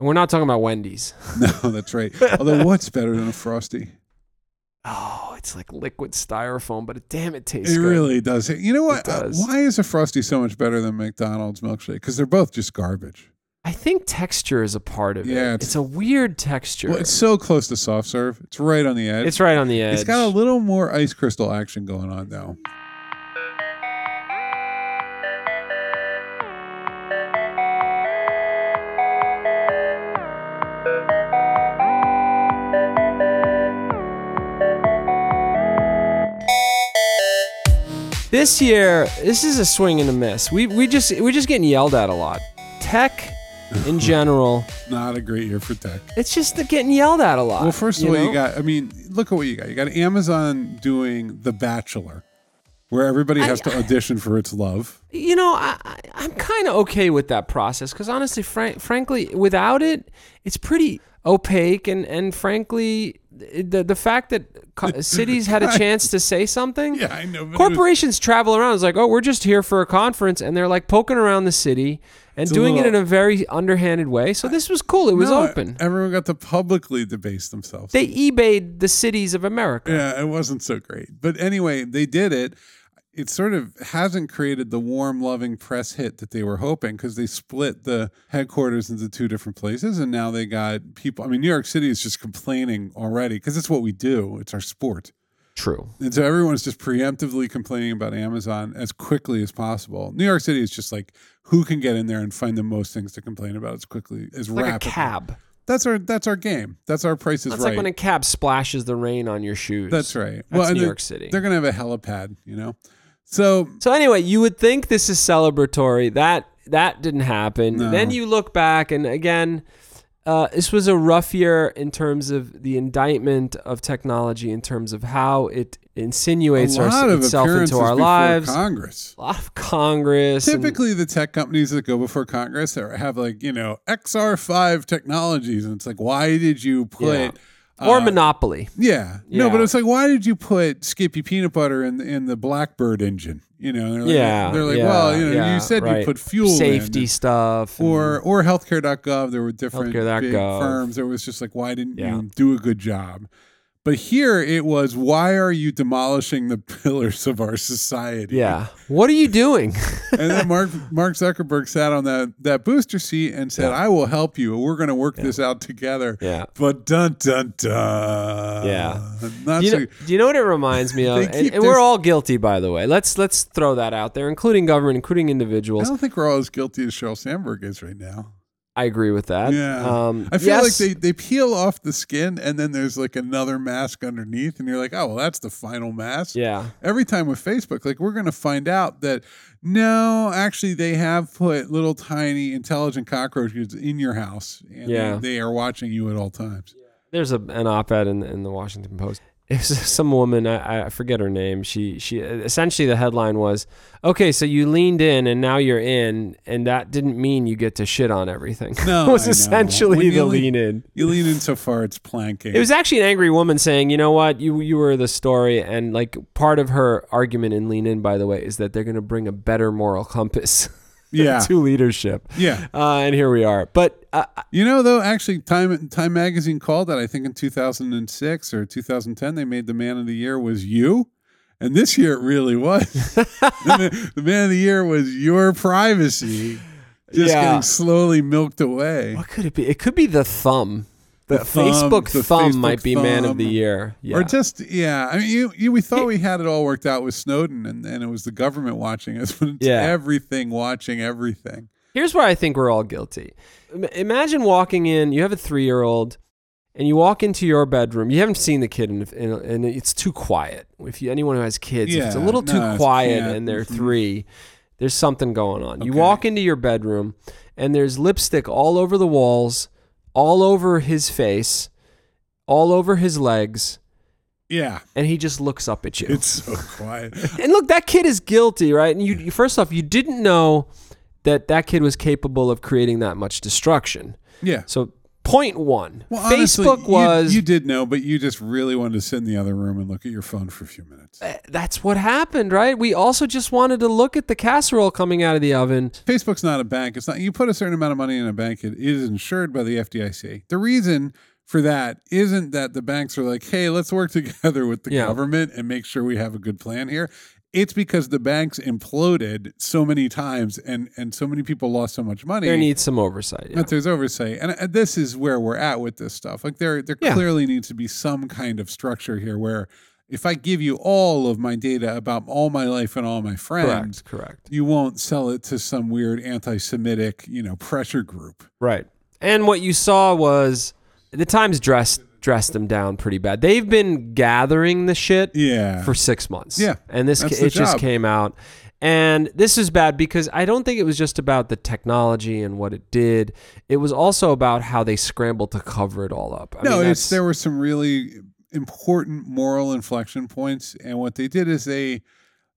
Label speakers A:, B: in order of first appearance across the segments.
A: And we're not talking about Wendy's.
B: No, that's right. Although what's better than a frosty?
A: Oh, it's like liquid styrofoam, but damn, it tastes
B: It
A: good.
B: really does. You know what?
A: It does.
B: Uh, why is a frosty so much better than McDonald's milkshake? Because they're both just garbage.
A: I think texture is a part of it.
B: Yeah,
A: it's,
B: it's-
A: a weird texture.
B: Well, it's so close to soft serve. It's right on the edge.
A: It's right on the edge.
B: It's got a little more ice crystal action going on though.
A: this year, this is a swing and a miss. We we just we're just getting yelled at a lot. Tech in general,
B: Not a great year for tech.
A: it's just the getting yelled at a lot.
B: Well, first of
A: Uh, you
B: all, you
A: know?
B: got. I mean, look at what you got. You got Amazon doing The Bachelor, where everybody has to audition for its love.
A: you know, I, I, I'm kind of okay with that process because honestly, frank, frankly, without it, it's pretty opaque. And, and frankly, the, the fact that co- cities had a chance to say something.
B: Yeah, I know. but it was-
A: Corporations travel around. It's like, oh, we're just here for a conference, and they're like poking around the city and
B: a
A: doing it in
B: little-
A: a very underhanded way. So this was cool. It was
B: No,
A: open.
B: Everyone got to publicly debase themselves.
A: they eBayed the cities of America.
B: yeah, it wasn't so great. But anyway, they did it. It sort of hasn't created the warm, loving press hit that they were hoping because they split the headquarters into two different places. And now they got people. I mean, New York City is just complaining already because it's what we do, it's our sport.
A: True.
B: And so everyone's just preemptively complaining about Amazon as quickly as possible. New York City is just like who can get in there and find the most things to complain about as quickly as
A: Like
B: rapidly.
A: a cab.
B: That's our that's our game. That's our price is
A: That's
B: right.
A: like when a cab splashes the rain on your shoes.
B: that's right.
A: That's
B: and
A: New
B: they-
A: York City.
B: They're gonna have a helipad, you know. So
A: So anyway, you would think this is celebratory. That that didn't happen.
B: No.
A: Then you look back, and again, uh, this was a rough year in terms of the indictment of technology, in terms of how it
B: a
A: insinuates
B: lot
A: our,
B: of
A: itself
B: appearances
A: into our
B: before
A: lives.
B: Congress.
A: a lot of Congress. and-
B: Typically, the tech companies that go before Congress are, have like you know XR5 technologies, and it's like, why did you put
A: Yeah.
B: uh,
A: or Monopoly.
B: Yeah. No,
A: Yeah.
B: but it's like, why did you put Skippy peanut butter in in the Blackbird engine? You know, they're like,
A: yeah.
B: they're like,
A: yeah,
B: well, you know,
A: yeah,
B: you said
A: right.
B: you put fuel in.
A: safety stuff. and-
B: or or healthcare.gov. There were different big
A: Healthcare.gov.
B: firms. There was just like, why didn't
A: Yeah.
B: you do a good job? But here it was, why are you demolishing the pillars of our society?
A: yeah. What are you doing?
B: and then Mark Mark Zuckerberg sat on that that booster seat and said, "I will help you. We're going to work this out together."
A: Yeah.
B: But dun dun dun.
A: Yeah.
B: Not
A: Do you,
B: so,
A: know, do you know what it reminds me of?
B: They
A: And,
B: keep
A: and we're
B: this-
A: all guilty, by the way. Let's let's throw that out there, including government, including
B: I
A: individuals.
B: don't think we're all as guilty as Sheryl Sandberg is right now.
A: I agree with that.
B: Yeah.
A: Um,
B: I feel
A: yes,
B: like they, they peel off the skin and then there's like another mask underneath, and you're like, oh, well, that's the final mask.
A: Yeah.
B: Every time with Facebook, like we're going to find out that no, actually, they have put little tiny intelligent cockroaches in your house and
A: Yeah.
B: they, they are watching you at all times.
A: There's a, an op-ed in, in the Washington Post. It was some woman. I, I forget her name. She she essentially the headline was, "Okay, so you leaned in and now you're in, and that didn't mean you get to shit on everything."
B: No,
A: was
B: I know.
A: essentially
B: When
A: the
B: you lean-
A: lean in.
B: You lean in so far, it's planking.
A: It was actually an angry woman saying, "You know what? You you were the story." And like part of her argument in Lean In, by the way, is that they're going to bring a better moral compass
B: yeah.
A: to leadership.
B: yeah.
A: Uh, and here we are. But uh,
B: You know, though, actually, Time Time Magazine called that. I think in 2006 or 2010, they made the Man of the Year was you, and this year it really was. the, man, the Man of the Year was your privacy, just
A: Yeah.
B: getting slowly milked away.
A: what could it be? It could be the thumb. The,
B: thumb,
A: Facebook
B: the
A: thumb
B: Facebook
A: might be man of the
B: thumb.
A: year. Yeah.
B: Or just yeah, I mean, you, you we thought we had it all worked out with Snowden, and, and it was the government watching us, but it's
A: Yeah.
B: everything watching everything.
A: Here's where I think we're all guilty. Im- Imagine walking in, you have a three year old, and you walk into your bedroom. You haven't seen the kid, and, and, and it's too quiet. If you, anyone who has kids, if it's a
B: Yeah,
A: little
B: no,
A: too
B: it's-
A: quiet
B: yeah,
A: and they're
B: mhm.
A: three, there's something going on. You
B: Okay.
A: walk into your bedroom, and there's lipstick all over the walls, all over his face, all over his legs,
B: Yeah,
A: and he just looks up at you.
B: it's so quiet.
A: And look, that kid is guilty, right? And you, you first off, you didn't know that that kid was capable of creating that much destruction.
B: Yeah,
A: So Point one.
B: Well, honestly,
A: Facebook
B: you-
A: was.
B: You, did know, but you just really wanted to sit in the other room and look at your phone for a few minutes.
A: Eh, that's what happened, right? We also just wanted to look at the casserole coming out of the oven.
B: Facebook's not a bank. It's not. You put a certain amount of money in a bank, it is insured by the FDIC. The reason for that isn't that the banks are like, hey, let's work together with the
A: Yeah.
B: government and make sure we have a good plan here. It's because the banks imploded so many times and and so many people lost so much money.
A: There needs some oversight. yeah.
B: But there's oversight, and uh, this is where we're at with this stuff. Like there, there
A: Yeah.
B: clearly needs to be some kind of structure here where, if I give you all of my data about all my life and all my friends,
A: Correct. Correct.
B: you won't sell it to some weird anti-Semitic, you know, pressure group.
A: Right. And what you saw was the Times dressed dressed them down pretty bad. They've been gathering the shit
B: Yeah,
A: for six months.
B: Yeah,
A: and this
B: that's
A: ca-
B: the
A: it just
B: job.
A: came out, and this is bad because I don't think it was just about the technology and what it did. It was also about how they scrambled to cover it all up. I mean,
B: no, it's
A: that's-
B: there were some really important moral inflection points, and what they did is they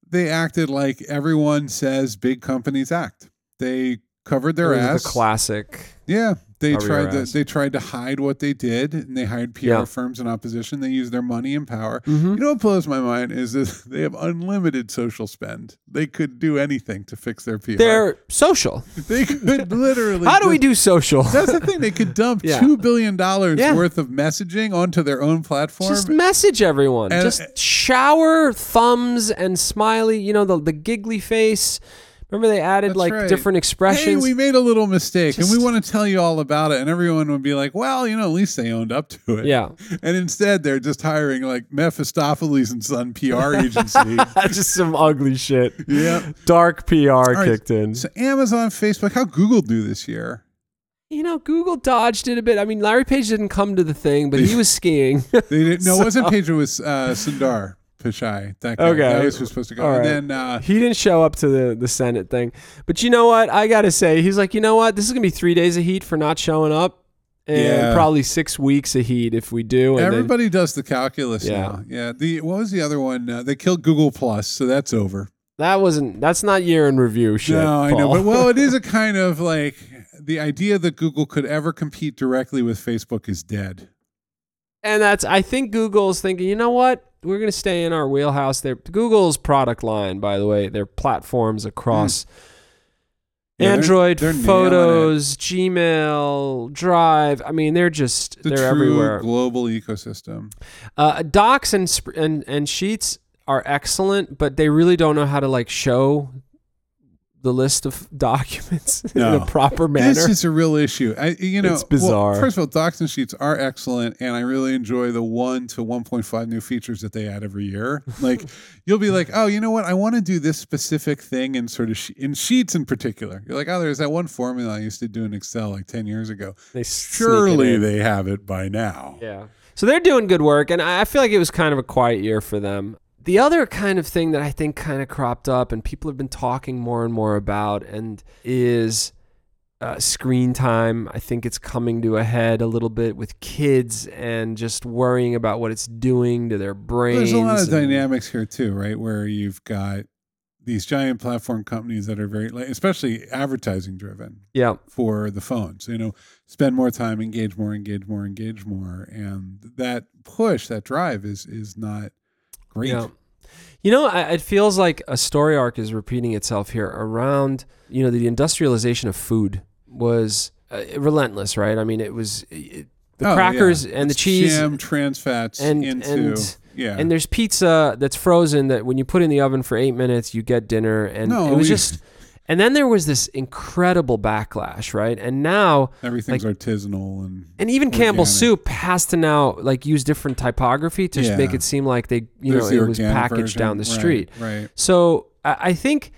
B: they acted like everyone says big companies act. They covered their
A: it was
B: ass.
A: the classic.
B: Yeah, they
A: Cover your
B: tried to
A: ass.
B: they tried to hide what they did, and they hired PR
A: Yeah.
B: firms in opposition. They used their money and power.
A: Mhm.
B: You know what blows my mind is that they have unlimited social spend. They could do anything to fix their PR.
A: They're social.
B: they could literally.
A: How do we
B: just-
A: do social?
B: That's the thing. They could dump
A: Yeah.
B: two billion dollars
A: Yeah.
B: worth of messaging onto their own platform.
A: Just message everyone.
B: And- uh,
A: Just shower thumbs and smiley. You know the the giggly face. Remember they added
B: That's
A: like
B: right.
A: different
B: hey,
A: expressions.
B: we made a little mistake, and
A: Just-
B: we want to tell you all about it. And everyone would be like, "Well, you know, at least they owned up to it."
A: yeah,
B: And instead, they're just hiring like Mephistopheles and Son PR agency.
A: just some ugly shit.
B: yeah.
A: Dark PR
B: right.
A: kicked in.
B: So Amazon, Facebook, how Google do this year?
A: You know, Google dodged it a bit. I mean, Larry Page didn't come to the thing, but he was skiing.
B: They didn't. No, it wasn't Pedro. It was uh, Sundar Pichai. That guy.
A: Okay.
B: That was who's supposed to go.
A: All right.
B: And then uh,
A: he didn't show up to the, the Senate thing. But you know what? I got to say, he's like, you know what? This is going to be three days of heat for not showing up and
B: Yeah.
A: probably six weeks of heat if we do. And then,
B: everybody does the calculus
A: Yeah.
B: now. Yeah. The what was the other one? Uh, they killed Google Plus, so that's over.
A: that wasn't, that's not year in review shit.
B: no, I know.
A: Paul.
B: But well, it is a kind of like the idea that Google could ever compete directly with Facebook is dead.
A: and that's, I think Google's thinking, you know what? We're going to stay in our wheelhouse there. Google's product line, by the way, their platforms across
B: Hmm. Yeah, they're-
A: Android,
B: they're nailing
A: photos, Gmail, Drive. I mean, they're just,
B: The
A: they're
B: true
A: everywhere.
B: global ecosystem.
A: Uh, docs and, sp- and and sheets are excellent, but they really don't know how to like show the list of documents in
B: No.
A: a proper manner.
B: This is a real issue. I, you know,
A: It's bizarre.
B: well, first of all, docs and sheets are excellent, and I really enjoy the one to one point five new features that they add every year. Like, you'll be like, oh, you know what? I want to do this specific thing in sort of she- in sheets in particular. You're like, oh, there's that one formula I used to do in Excel like ten years ago.
A: they sneak it
B: Surely
A: in.
B: they have it by now.
A: yeah. So they're doing good work, and I I feel like it was kind of a quiet year for them. The other kind of thing that I think kind of cropped up, and people have been talking more and more about, and is uh, screen time. I think it's coming to a head a little bit with kids, and just worrying about what it's doing to their brains.
B: There's a lot of
A: and-
B: dynamics here too, right? Where you've got these giant platform companies that are very, like, especially advertising driven.
A: Yeah.
B: for the phone. So, you know, spend more time, engage more, engage more, engage more. And that push, that drive is is not great.
A: Yeah. You know, I, it feels like a story arc is repeating itself here around, you know, the industrialization of food was uh, relentless, right? I mean, it was it, the
B: Oh,
A: crackers
B: yeah.
A: and the
B: It's
A: cheese.
B: jam, trans fats
A: and-
B: into
A: and-
B: yeah.
A: And there's pizza that's frozen that when you put in the oven for eight minutes, you get dinner. And
B: No,
A: it was
B: we-
A: just, and then there was this incredible backlash, right? And now,
B: Everything's artisanal and
A: and even Campbell's
B: Organic.
A: soup has to now like use different typography to
B: Yeah.
A: make it seem like they, you
B: there's
A: know,
B: the
A: it was
B: organic
A: packaged
B: version.
A: down the
B: Right,
A: street.
B: Right.
A: So I I think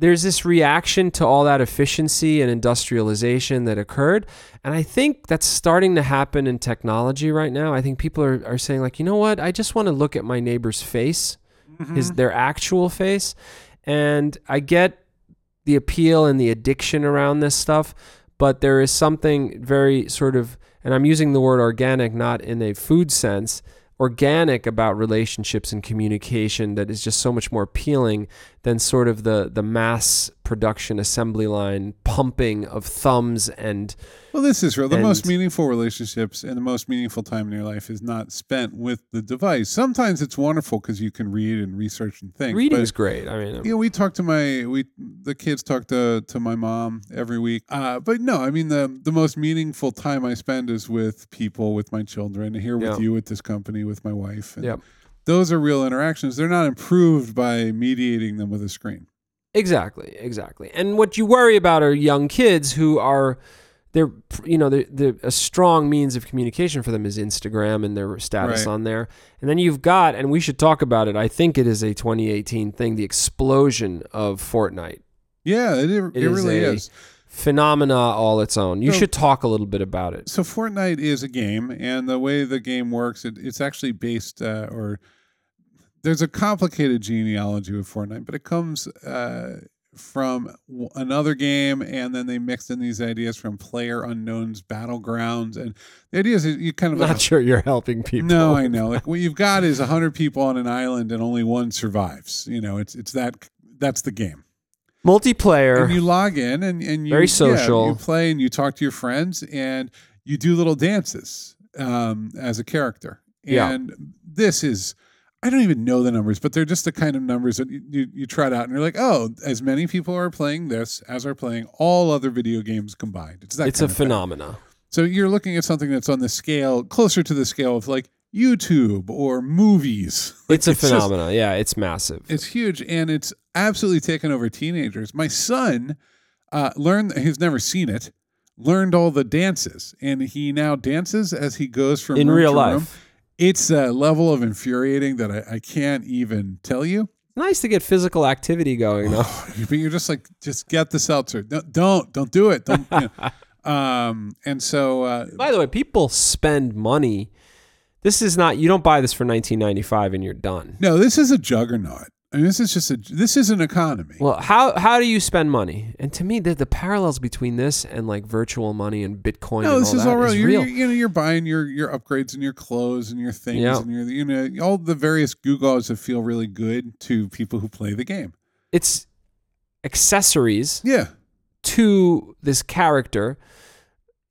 A: there's this reaction to all that efficiency and industrialization that occurred. And I think that's starting to happen in technology right now. I think people are, are saying, like, you know what? I just want to look at my neighbor's face, his their actual face. And I get the appeal and the addiction around this stuff, but there is something very sort of and I'm using the word organic not in a food sense, organic about relationships and communication that is just so much more appealing than sort of the the mass production assembly line pumping of thumbs and
B: Well, this is real. The most
A: And-
B: meaningful relationships and the most meaningful time in your life is not spent with the device. Sometimes it's wonderful because you can read and research and think.
A: reading
B: but-
A: is great. I mean,
B: Yeah, we talk to my we the kids talk to to my mom every week. Uh, but no, I mean the the most meaningful time I spend is with people, with my children, here with
A: Yeah.
B: you, with this company, with my wife. And
A: Yeah.
B: those are real interactions. They're not improved by mediating them with a screen.
A: Exactly, exactly. And what you worry about are young kids who are they're you know they're, they're a strong means of communication for them is Instagram and their status
B: Right.
A: on there. And then you've got and we should talk about it. I think it is a 2018 thing, the explosion of Fortnite.
B: Yeah, it it,
A: It is
B: really
A: a-
B: is.
A: Phenomena all its own. You
B: So-
A: should talk a little bit about it.
B: So Fortnite is a game, and the way the game works, it, it's actually based uh, or there's a complicated genealogy with Fortnite, but it comes uh, from w- another game, and then they mixed in these ideas from Player Unknown's Battlegrounds, and the idea is that you kind of like
A: Not sure you're helping people.
B: no, I know. Like what you've got is hundred people on an island, and only one survives. You know, it's it's that that's the game.
A: Multiplayer.
B: And you log in and, and you,
A: Very
B: yeah,
A: social.
B: you play and you talk to your friends and you do little dances um, as a character.
A: Yeah.
B: And this is, I don't even know the numbers, but they're just the kind of numbers that you, you, you trot out and you're like, oh, as many people are playing this as are playing all other video games combined. It's that
A: it's a
B: kind of thing.
A: phenomena.
B: So you're looking at something that's on the scale, closer to the scale of like YouTube or movies. Like,
A: It's a
B: just-
A: phenomena. yeah, it's massive.
B: it's huge, and it's absolutely taken over teenagers. My son uh, learned; he's never seen it. Learned all the dances, and he now dances as he goes from
A: in
B: room
A: real
B: to
A: life.
B: Room. It's a level of infuriating that I, I can't even tell you.
A: Nice to get physical activity going though.
B: But you're just like, just get the seltzer. No, don't, don't do it. Don't. You know. um, and so, uh,
A: By the way, people spend money. This is not you don't buy this for 1995 and you're done.
B: no, this is a juggernaut. I mean, this is just a. This is an economy.
A: Well, how how do you spend money? And to me, the, the parallels between this and like virtual money and Bitcoin
B: No,
A: and
B: this
A: all
B: is
A: that
B: all real.
A: is
B: You're,
A: real.
B: you're, you know, you're buying your your upgrades and your clothes and your things
A: Yeah.
B: and your you know all the various gewgaws that feel really good to people who play the game.
A: It's accessories
B: Yeah,
A: to this character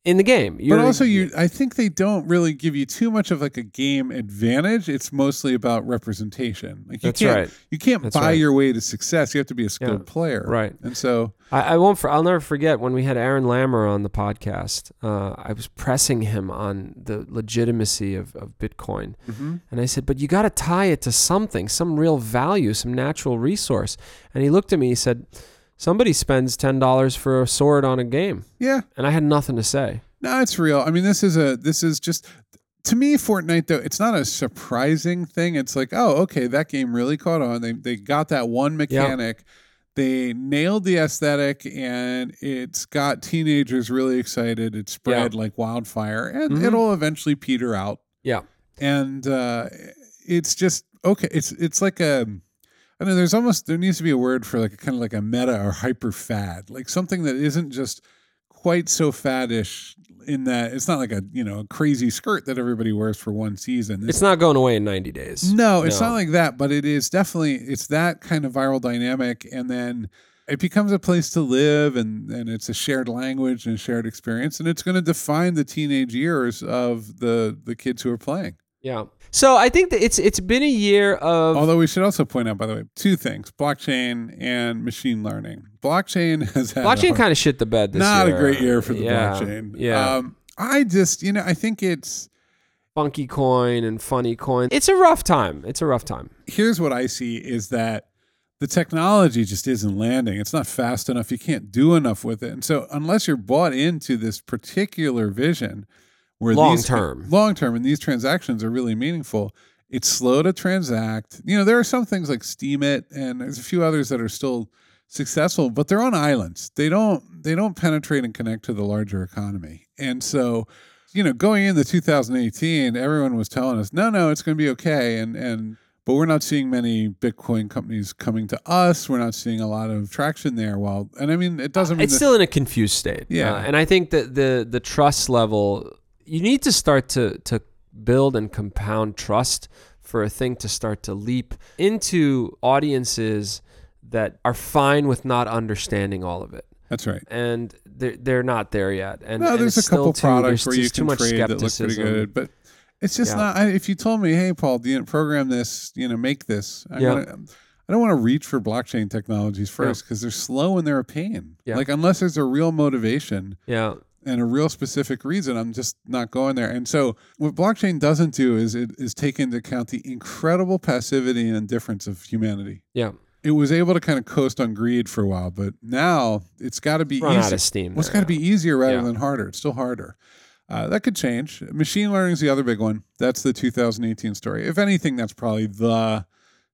A: in the game. You're,
B: but also you, I think they don't really give you too much of like a game advantage. It's mostly about representation. Like you
A: That's
B: can't
A: right.
B: you can't
A: That's
B: buy
A: right.
B: your way to success. You have to be a skilled
A: Yeah.
B: player,
A: Right.
B: And so
A: I, I won't. For, I'll never forget when we had Aaron Lammer on the podcast. Uh, I was pressing him on the legitimacy of, of Bitcoin,
B: Mm-hmm.
A: and I said, "But you got to tie it to something, some real value, some natural resource." And he looked at me. He said, "Somebody spends ten dollars for a sword on a game,"
B: yeah,
A: and I had nothing to say.
B: No, it's real. I mean, this is a this is just to me Fortnite though. It's not a surprising thing. It's like, oh, okay, that game really caught on. They they got that one mechanic. They nailed the aesthetic and it's got teenagers really excited. It spread like wildfire and
A: Mhm.
B: it'll eventually peter out.
A: Yeah.
B: And uh it's just okay, it's it's like a I know there's almost there needs to be a word for like kind of like a meta or hyper fad, like something that isn't just quite so faddish in that it's not like a you know a crazy skirt that everybody wears for one season. This-
A: It's not going away in ninety days.
B: no, it's
A: No.
B: not like that, but it is definitely it's that kind of viral dynamic, and then it becomes a place to live, and and it's a shared language and a shared experience, and it's going to define the teenage years of the the kids who are playing.
A: Yeah. So I think that it's it's been a year of
B: Although we should also point out, by the way, two things: blockchain and machine learning. Blockchain has had a
A: blockchain.
B: hard-
A: Kind of shit the bed this
B: not
A: year.
B: a great year for the
A: Yeah.
B: blockchain.
A: Yeah.
B: Um, I just, you know, I think it's
A: funky coin and funny coin. It's a rough time. It's a rough time.
B: here's what I see is that the technology just isn't landing. It's not fast enough. You can't do enough with it. And so, unless you're bought into this particular vision, where
A: Long
B: these-
A: term.
B: long term, and these transactions are really meaningful. It's slow to transact. You know, there are some things like Steam it, and there's a few others that are still successful, but they're on islands. They don't they don't penetrate and connect to the larger economy. And so, you know, going into 2018, everyone was telling us, no, no, it's going to be okay, and and but we're not seeing many Bitcoin companies coming to us. We're not seeing a lot of traction there. While and I mean, it doesn't mean
A: Uh, It's
B: that-
A: still in a confused state.
B: Yeah.
A: Uh, and I think that the the trust level you need to start to to build and compound trust for a thing to start to leap into audiences that are fine with not understanding all of it.
B: That's right.
A: And they're, they're not there yet. And,
B: no,
A: and
B: there's a
A: it's still
B: couple
A: too-
B: products
A: there's
B: where you
A: just too
B: can
A: much
B: trade that look pretty
A: skepticism.
B: good, but it's just
A: Yeah.
B: not. I, if you told me, "Hey, Paul, do you program this? You know, make this," I,
A: Yeah.
B: wanna, I don't want to reach for blockchain technologies first because they're slow and they're a pain.
A: Yeah.
B: Like unless there's a real motivation
A: Yeah.
B: and a real specific reason, I'm just not going there. And so, what blockchain doesn't do is it is take into account the incredible passivity and indifference of humanity.
A: Yeah.
B: It was able to kind of coast on greed for a while, but now it's got to be
A: Run out
B: easy.
A: of steam.
B: Well, it's got
A: there
B: to be easier rather
A: Yeah.
B: than harder. It's still harder. Uh, that could change. Machine learning is the other big one. That's the 2018 story. If anything, that's probably the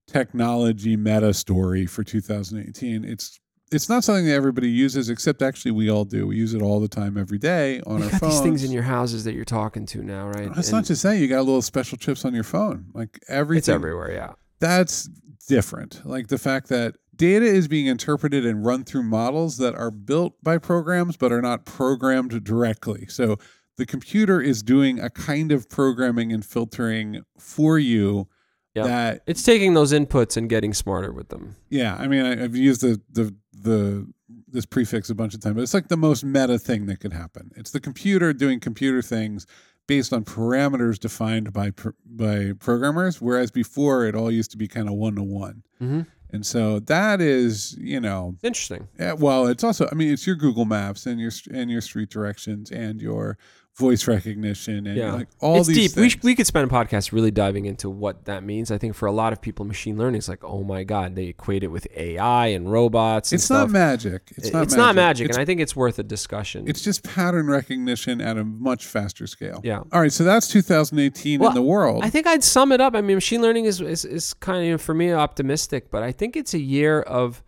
B: technology meta story for 2018. It's it's not something that everybody uses, except actually we all do. We use it all the time, every day on
A: now. You
B: our
A: got
B: phones.
A: these things in your houses that you're talking to now, right?
B: That's
A: And
B: not just that. You got little special chips on your phone. Like everything.
A: it's everywhere. Yeah.
B: That's different. Like the fact that data is being interpreted and run through models that are built by programs but are not programmed directly. So the computer is doing a kind of programming and filtering for you
A: Yeah.
B: that
A: It's taking those inputs and getting smarter with them.
B: yeah, I mean I, I've used the the the this prefix a bunch of times, but it's like the most meta thing that could happen. It's the computer doing computer things based on parameters defined by pr- by programmers, whereas before it all used to be kind of one to one.
A: Mm-hmm.
B: And so that is, you know,
A: Interesting.
B: eh, well, it's also, I mean, it's your Google Maps and your and your street directions and your voice recognition and
A: Yeah.
B: like all
A: it's
B: these
A: deep. We,
B: things.
A: sh- we could spend a podcast really diving into what that means. I think for a lot of people, machine learning is like, oh my god, they equate it with AI and robots. And
B: it's not
A: stuff.
B: magic. It's
A: It-
B: not.
A: it's
B: magic.
A: not magic,
B: It's,
A: and I think it's worth a discussion.
B: it's just pattern recognition at a much faster scale.
A: Yeah.
B: All right. So that's 2018
A: Well,
B: in the world.
A: I think I'd sum it up. I mean, machine learning is, is, is kind of, for me, optimistic, but I think it's a year of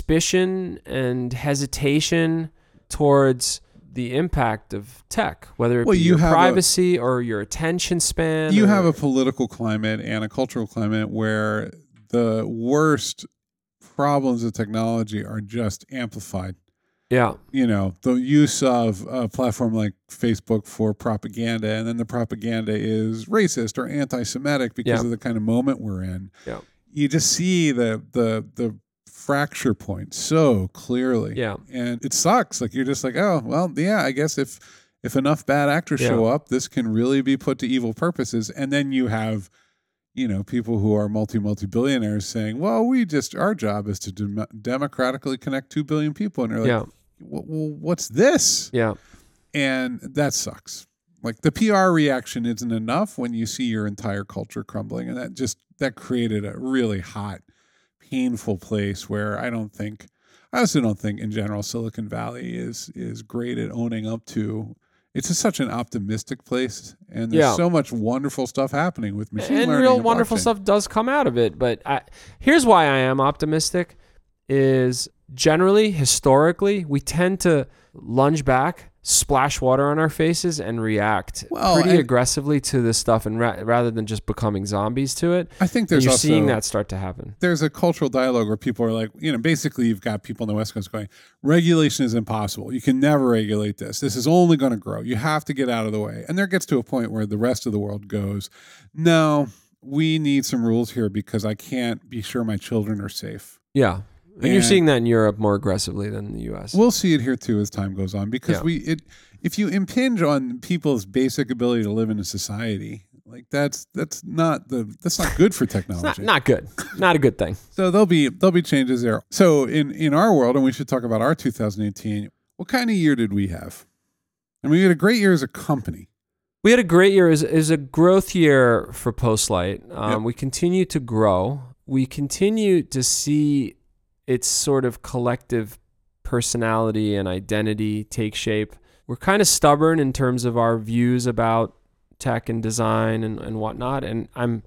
A: suspicion and hesitation towards the impact of tech, whether it
B: Well,
A: be
B: you
A: your
B: have a-
A: privacy or your attention span.
B: you
A: or-
B: have a political climate and a cultural climate where the worst problems of technology are just amplified.
A: Yeah,
B: you know the use of a platform like Facebook for propaganda, and then the propaganda is racist or anti-Semitic because
A: Yeah.
B: of the kind of moment we're in.
A: Yeah.
B: You just see the the the fracture point so clearly.
A: yeah.
B: And it sucks. Like you're just like, oh well, yeah. I guess if if enough bad actors
A: Yeah.
B: show up, this can really be put to evil purposes. And then you have, you know, people who are multi multi billionaires saying, well, we just our job is to dem- democratically connect two billion people, and you're like
A: yeah,
B: well, what's this?
A: yeah,
B: And that sucks. Like the PR reaction isn't enough when you see your entire culture crumbling. And that just, that created a really hot, painful place where I don't think, I also don't think in general Silicon Valley is, is great at owning up to. It's just such an optimistic place. And there's
A: Yeah.
B: so much wonderful stuff happening with machine
A: and
B: learning.
A: real wonderful
B: blockchain.
A: stuff does come out of it. But I, here's why I am optimistic: is generally historically we tend to lunge back, splash water on our faces, and react
B: Well,
A: pretty
B: and-
A: aggressively to this stuff, and ra- rather than just becoming zombies to it.
B: I think
A: And
B: there's
A: you're
B: also,
A: seeing that start to happen.
B: there's a cultural dialogue where people are like, you know, basically you've got people on the West Coast going, regulation is impossible. You can never regulate this. This is only going to grow. You have to get out of the way. And there gets to a point where the rest of the world goes, no, we need some rules here because I can't be sure my children are safe.
A: Yeah, and, you're
B: And-
A: seeing that in Europe more aggressively than the U.S.
B: We'll see it here too as time goes on because
A: Yeah.
B: we it if you impinge on people's basic ability to live in a society, like that's that's not the that's not good for technology.
A: not, not good. Not a good thing.
B: So there'll be there'll be changes there. So in in our world, and we should talk about our 2018. What kind of year did we have? I mean, we had a great year as a company.
A: We had a great year. Is is a growth year for Postlight. Um,
B: Yep.
A: We continue to grow. We continue to see its sort of collective personality and identity take shape. We're kind of stubborn in terms of our views about tech and design and, and whatnot. And I'm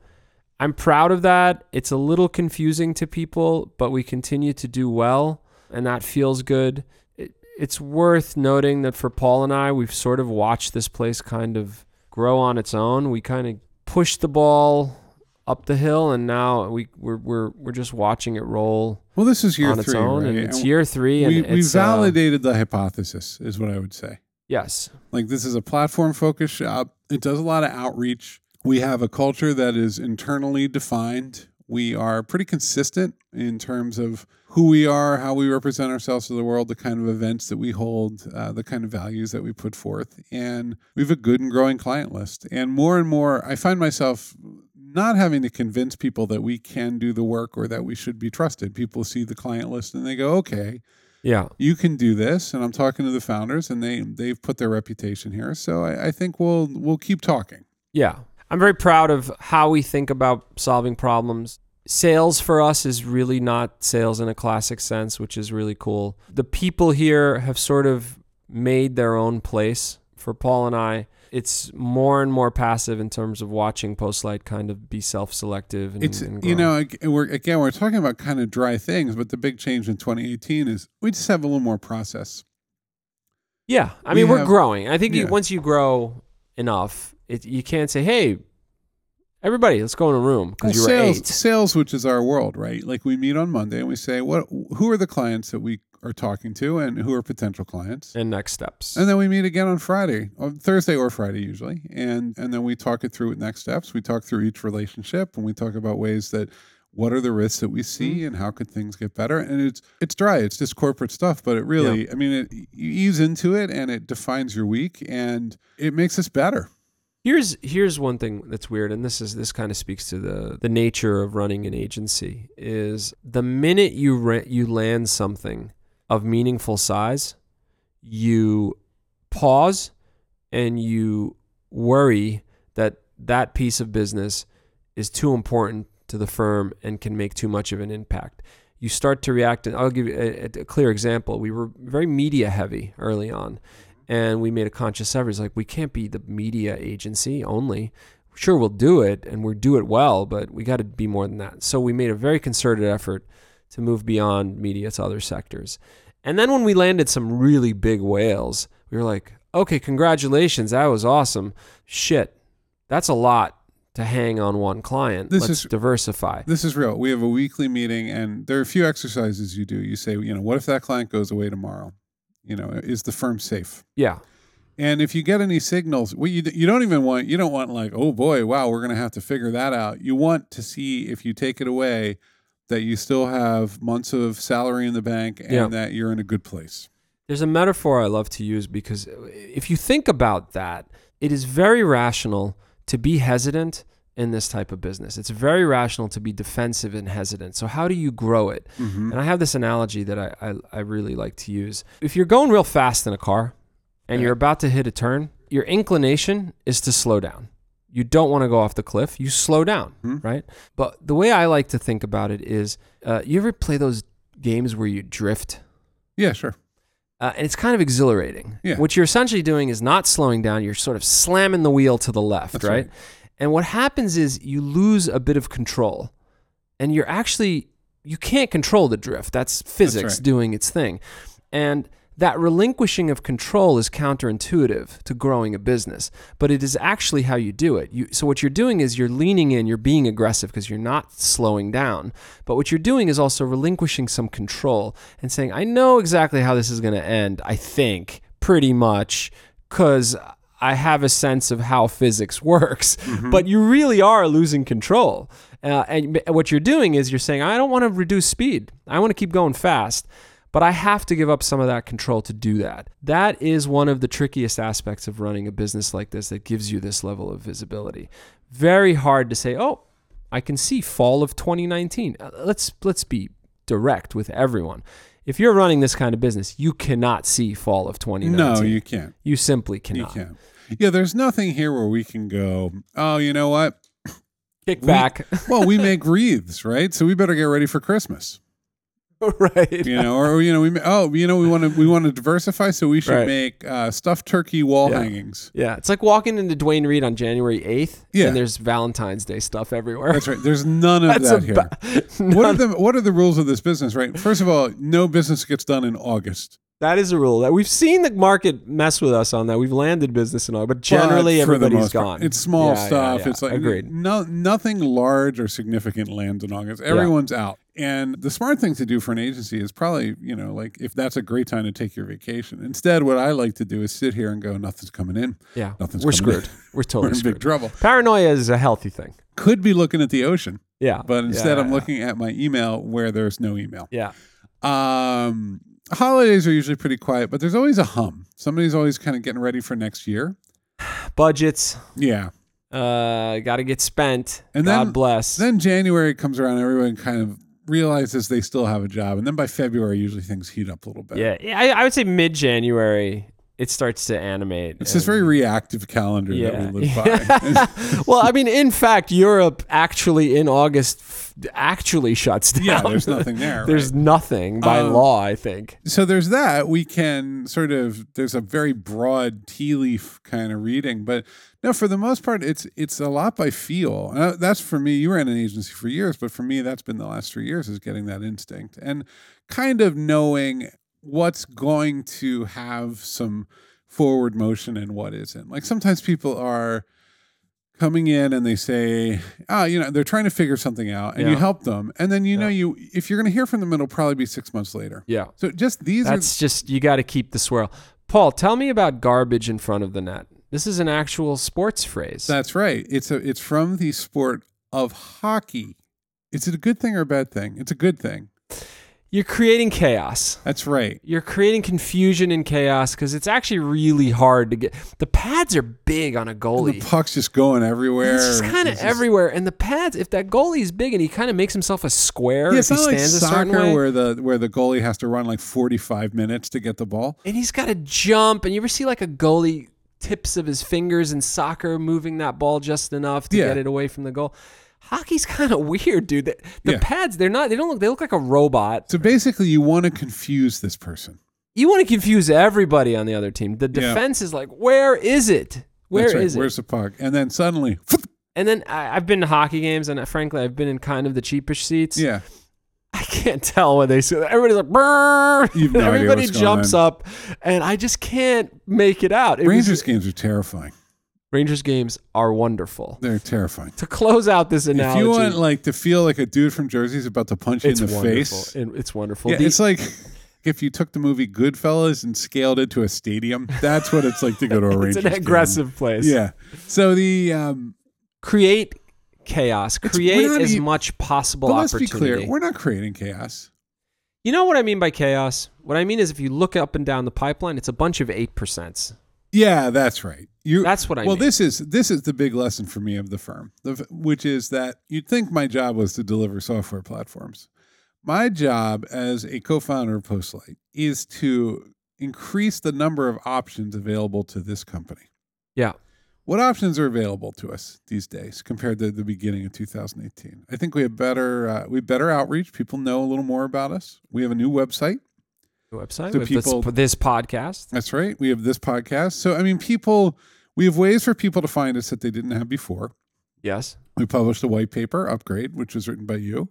A: I'm proud of that. It's a little confusing to people, but we continue to do well, and that feels good. It, it's worth noting that for Paul and I, we've sort of watched this place kind of grow on its own. We kind of pushed the ball up the hill, and now we, we're, we're, we're just watching it roll
B: Well, this is year
A: on
B: three,
A: its own.
B: right?
A: And it's
B: And
A: year three, and
B: we, we
A: it's, uh,
B: validated the hypothesis, is what I would say.
A: yes,
B: Like this is a platform focused shop. It does a lot of outreach. We have a culture that is internally defined. we are pretty consistent in terms of who we are, how we represent ourselves to the world, the kind of events that we hold, uh, the kind of values that we put forth. And we have a good and growing client list. And more and more, I find myself not having to convince people that we can do the work or that we should be trusted. People see the client list and they go, okay,
A: Yeah.
B: you can do this. And I'm talking to the founders and they, they've put their reputation here. So I, I think we'll, we'll keep talking.
A: Yeah. I'm very proud of how we think about solving problems. Sales for us is really not sales in a classic sense, which is really cool. The people here have sort of made their own place for Paul and I. It's more and more passive in terms of watching Postlight kind of be self selective. And,
B: It's
A: and
B: you
A: grow.
B: know ag- we're again we're talking about kind of dry things, but the big change in 2018 is we just have a little more process.
A: Yeah, I
B: We
A: mean, we are
B: have-
A: growing. I think you,
B: yeah.
A: once you grow enough, it, you can't say, "Hey, everybody, let's go in a room" because you were
B: sales,
A: eight.
B: sales, which is our world, right? Like we meet on Monday and we say what who are the clients that we are talking to and who are potential clients.
A: And next steps.
B: And then we meet again on Friday, on Thursday or Friday usually, and and then we talk it through with next steps. We talk through each relationship and we talk about ways that what are the risks that we see and how could things get better. And it's it's dry, it's just corporate stuff, but it really, I mean, it, you ease into it and it defines your week and it makes us better.
A: Here's here's one thing that's weird, and this is this kind of speaks to the the nature of running an agency is the minute you re- you land something of meaningful size, you pause and you worry that that piece of business is too important to the firm and can make too much of an impact. You start to react, and I'll give you a, a clear example. We were very media heavy early on, and we made a conscious effort. It's like we can't be the media agency only. Sure, we'll do it, and we'll do it well, but we got to be more than that. So we made a very concerted effort to move beyond media to other sectors. And then when we landed some really big whales, we were like, okay, congratulations, that was awesome. Shit, that's a lot to hang on one client.
B: This
A: Let's
B: is-
A: diversify.
B: This is real. We have a weekly meeting, and there are a few exercises you do. You say, you know, what if that client goes away tomorrow? You know, is the firm safe?
A: Yeah.
B: And if you get any signals, well, you, you don't even want you don't want like, oh boy, wow, we're gonna have to figure that out. You want to see if you take it away that you still have months of salary in the bank and
A: Yeah.
B: that you're in a good place.
A: There's a metaphor I love to use because if you think about that, it is very rational to be hesitant in this type of business. It's very rational to be defensive and hesitant. So, how do you grow it? And I have this analogy that I, I, I really like to use. If you're going real fast in a car and you're about to hit a turn, your inclination is to slow down. You don't want to go off the cliff. You slow down, right? But the way I like to think about it is uh, you ever play those games where you drift?
B: Yeah, sure.
A: uh, and it's kind of exhilarating.
B: Yeah.
A: What you're essentially doing is not slowing down, you're sort of slamming the wheel to the left,
B: That's
A: right?
B: right.
A: And what happens is you lose a bit of control. And you're actually you can't control the drift. That's physics
B: right.
A: doing its thing. And that relinquishing of control is counterintuitive to growing a business, but it is actually how you do it. You, so what you're doing is you're leaning in, you're being aggressive because you're not slowing down. But what you're doing is also relinquishing some control and saying, "I know exactly how this is going to end. I think pretty much because I have a sense of how physics works." But you really are losing control. Uh, and b- what you're doing is you're saying, "I don't want to reduce speed. I want to keep going fast." But I have to give up some of that control to do that. That is one of the trickiest aspects of running a business like this that gives you this level of visibility. Very hard to say, "Oh, I can see fall of 2019." Uh, Let's let's be direct with everyone. If you're running this kind of business, you cannot see fall of 2019.
B: No, you can't.
A: You simply
B: You
A: cannot.
B: can't. Yeah, there's nothing here where we can go, oh, you know what?
A: Kick back.
B: Well, we make wreaths, right? So we better get ready for Christmas.
A: right.
B: You know, or you know, we ma- oh, you know, we want to we want to diversify, so we should
A: Right.
B: make uh, stuffed turkey wall
A: Yeah.
B: hangings.
A: Yeah, it's like walking into Dwayne Reed on January 8th
B: Yeah.
A: and there's Valentine's Day stuff everywhere.
B: That's right. There's none of that here.
A: That's a ba-
B: what are the what are the rules of this business right first of all no business gets done in august
A: That is a rule that we've seen the market mess with us on that. We've landed business and all, but generally
B: But for the
A: everybody's
B: most part,
A: gone.
B: it's small
A: Yeah, yeah,
B: stuff
A: yeah.
B: it's like mm,
A: agreed.
B: no nothing large or significant lands in august everyone's out and the smart thing to do for an agency is probably you know like if that's a great time to take your vacation instead what i like to do is sit here and go nothing's coming in
A: Yeah,
B: nothing's
A: we're
B: coming in.
A: screwed. We're
B: we're
A: totally
B: in big
A: screwed.
B: trouble
A: Paranoia is a healthy thing.
B: could be looking at the ocean
A: Yeah.
B: But
A: Yeah,
B: instead,
A: yeah,
B: I'm
A: yeah.
B: looking at my email where there's no email.
A: Yeah.
B: Um, holidays are usually pretty quiet, but there's always a hum. Somebody's always kind of getting ready for next year.
A: Budgets.
B: Yeah.
A: Uh, got to get spent.
B: And
A: God
B: then-
A: bless.
B: Then January comes around, everyone kind of realizes they still have a job, and then by February, usually things heat up a little bit.
A: yeah. yeah, I, I would say mid January it starts to animate.
B: It's this
A: and-
B: very reactive calendar
A: Yeah.
B: that we live by.
A: well, I mean, in fact, Europe actually in August f- actually shuts down.
B: yeah, there's nothing there.
A: There's
B: right?
A: nothing by
B: Um,
A: law, I think.
B: so there's that. We can sort of there's a very broad tea leaf kind of reading, but no, for the most part, it's it's a lot by feel. And I- that's for me. You ran an agency for years, but for me, that's been the last three years is getting that instinct and kind of knowing what's going to have some forward motion and what isn't. Like sometimes people are coming in and they say, "Ah, you know, they're trying to figure something out," and you
A: Yeah.
B: help them, and then you know you if you're going to hear from them, it'll probably be six months later.
A: Yeah.
B: So just these
A: That's just, you got to keep the swirl. Paul, tell me about garbage in front of the net. This is an actual sports phrase.
B: are that's right. It's a it's from the sport of hockey. Is it a good thing or a bad thing? It's a good thing.
A: You're creating chaos.
B: That's right.
A: You're creating confusion and chaos because it's actually really hard to get. The pads are big on a
B: And
A: goalie.
B: the puck's just going everywhere.
A: It's just kind of
B: It's just-
A: everywhere, and the pads. If that goalie's big and he kind of makes himself a square,
B: Yeah,
A: if
B: it's
A: he
B: not like
A: stands a certain
B: soccer
A: way,
B: where the where the goalie has to run like 45 minutes to get the ball.
A: and he's got to jump. And you ever see like a goalie tips of his fingers in soccer moving that ball just enough to
B: Yeah.
A: get it away from the goal? Hockey's kind of weird, dude. The, the
B: Yeah.
A: pads, they're not. They don't look. They look like a robot.
B: So basically, you want to confuse this person.
A: You want to confuse everybody on the other team. The
B: Yeah.
A: defense is like, where is it? Where is
B: That's right.
A: it?
B: Where's the puck? And then suddenly,
A: and then I, I've been to hockey games, and uh, frankly, I've been in kind of the cheapish seats.
B: yeah,
A: I can't tell when they say that. Everybody's like, "Brrr!"
B: You've no idea
A: Everybody
B: what's going
A: jumps
B: on.
A: up, and I just can't make it out. It was-
B: Rangers games are terrifying.
A: Rangers games are wonderful.
B: They're terrifying.
A: To close out this analogy,
B: If you want like to feel like a dude from Jersey's about to punch you in
A: it's
B: the
A: wonderful.
B: face,
A: It- it's wonderful.
B: yeah,
A: The-
B: it's like if you took the movie Goodfellas and scaled it to a stadium. That's what it's like to go to a
A: it's
B: Rangers.
A: an aggressive place.
B: Game. Yeah. So the um,
A: Create chaos.
B: It's-
A: Create
B: we're not
A: as
B: e-
A: much possible
B: but let's be
A: opportunity.
B: clear, we're not creating chaos.
A: you know what I mean by chaos? What I mean is if you look up and down the pipeline, it's a bunch of 8%.
B: Yeah, that's right. You.
A: That's what I
B: well,
A: mean.
B: this is this is the big lesson for me of the firm, the, f- which is that you'd think my job was to deliver software platforms. My job as a co-founder of Postlight is to increase the number of options available to this company.
A: Yeah.
B: What options are available to us these days compared to the beginning of 2018? I think we have better uh, we have better outreach. People know a little more about us. We have a new website.
A: Website
B: So
A: with
B: people-
A: this, this podcast.
B: That's right. We have this podcast. So I mean, people. We have ways for people to find us that they didn't have before.
A: Yes.
B: We published a white paper, Upgrade, which was written by you.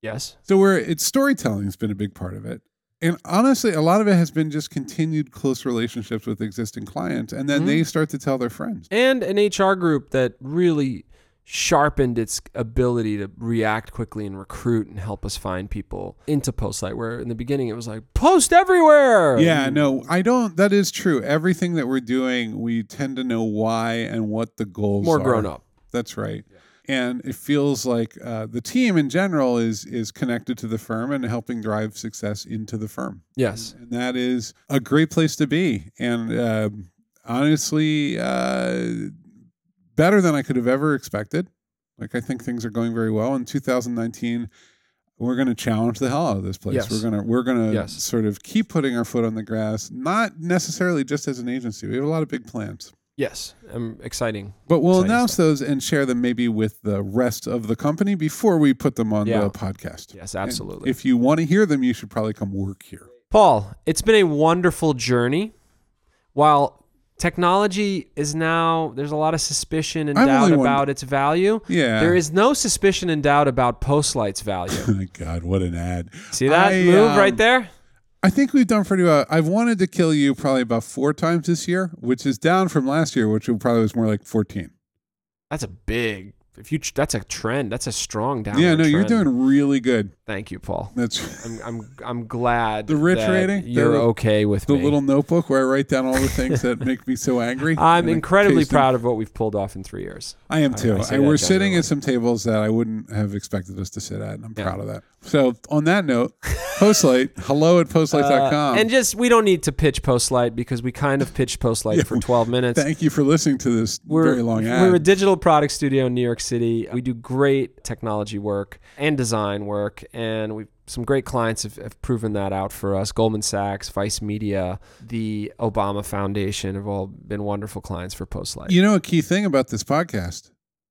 A: Yes.
B: So we're it's storytelling has been a big part of it. And honestly, a lot of it has been just continued close relationships with existing clients. And then
A: Mhm.
B: they start to tell their friends.
A: and an HR group that really sharpened its ability to react quickly and recruit and help us find people into Postlight. Where in the beginning it was like post everywhere.
B: Yeah, no, I don't. That is true. Everything that we're doing, we tend to know why and what the goals
A: more
B: are.
A: grown up.
B: That's right. And it feels like uh, the team in general is is connected to the firm and helping drive success into the firm.
A: Yes,
B: And that is a great place to be. And um honestly, uh, better than I could have ever expected. Like I think things are going very well. In 2019, we're going to challenge the hell out of this place.
A: Yes.
B: We're going to we're going to
A: Yes.
B: sort of keep putting our foot on the grass. Not necessarily just as an agency. We have a lot of big plans.
A: yes, um, exciting.
B: But we'll
A: Exciting
B: announce those and share them maybe with the rest of the company before we put them on
A: Yeah.
B: the podcast.
A: Yes,
B: And
A: absolutely.
B: If you want to hear them, you should probably come work here.
A: Paul, it's been a wonderful journey. While technology is now there's a lot of suspicion and
B: I'm
A: doubt
B: only one-
A: about its value.
B: Yeah.
A: There is no suspicion and doubt about Postlight's value.
B: My God, what an ad.
A: See that
B: I,
A: move
B: um,
A: right there?
B: I think we've done pretty well. I've wanted to kill you probably about four times this year, which is down from last year, which probably was more like 14.
A: That's a big if you tr- that's a trend. That's a strong down.
B: Yeah, no, you're doing really good.
A: Thank you, Paul.
B: That's
A: I'm I'm I'm glad
B: The rich
A: that
B: rating?
A: You're
B: The-
A: okay with
B: the
A: me.
B: little notebook where I write down all the things that make me so angry.
A: I'm
B: and I
A: incredibly
B: paste them.
A: proud of what we've pulled off in three years.
B: I am too.
A: I say
B: and
A: that
B: we're sitting
A: generally.
B: at some tables that I wouldn't have expected us to sit at, and I'm
A: Yeah.
B: proud of that. So, on that note, Postlight, hello at postlight.com.
A: Uh, and just we don't need to pitch Postlight because we kind of pitched Postlight for 12 minutes.
B: Thank you for listening to this
A: we're,
B: very long ad.
A: we're a digital product studio in New York City. We do great technology work and design work, and we some great clients have, have proven that out for us. Goldman Sachs, Vice Media, the Obama Foundation have all been wonderful clients for Postlight.
B: you know, a key thing about this podcast,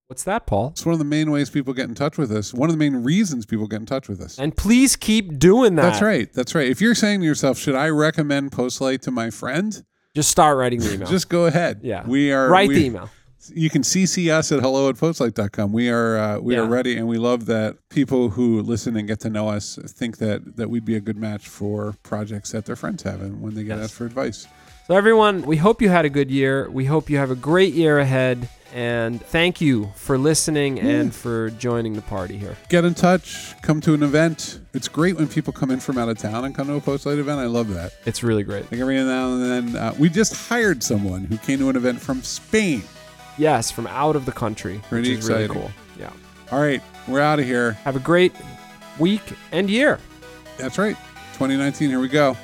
A: What's that, Paul?
B: it's one of the main ways people get in touch with us, one of the main reasons people get in touch with us.
A: And please keep doing that.
B: That's right. That's right. If you're saying to yourself, should I recommend Postlight to my friend?
A: Just start writing the email.
B: Just go ahead.
A: yeah.
B: We are
A: write
B: we-
A: the email.
B: you can CC us at hello at postlight.com. We are uh, we
A: Yeah.
B: are ready, and we love that people who listen and get to know us think that that we'd be a good match for projects that their friends have, and when they get
A: Yes.
B: asked for advice.
A: So, everyone, we hope you had a good year. We hope you have a great year ahead. And thank you for listening and for joining the party here.
B: Get in touch. Come to an event. It's great when people come in from out of town and come to a postlight event. I love that.
A: It's really great.
B: Like every now and then, uh, we just hired someone who came to an event from Spain.
A: Yes, from out of the country.
B: Pretty
A: which is really
B: exciting.
A: cool. Yeah.
B: All right, we're out of here.
A: Have a great week and year.
B: That's right, 2019. Here we go.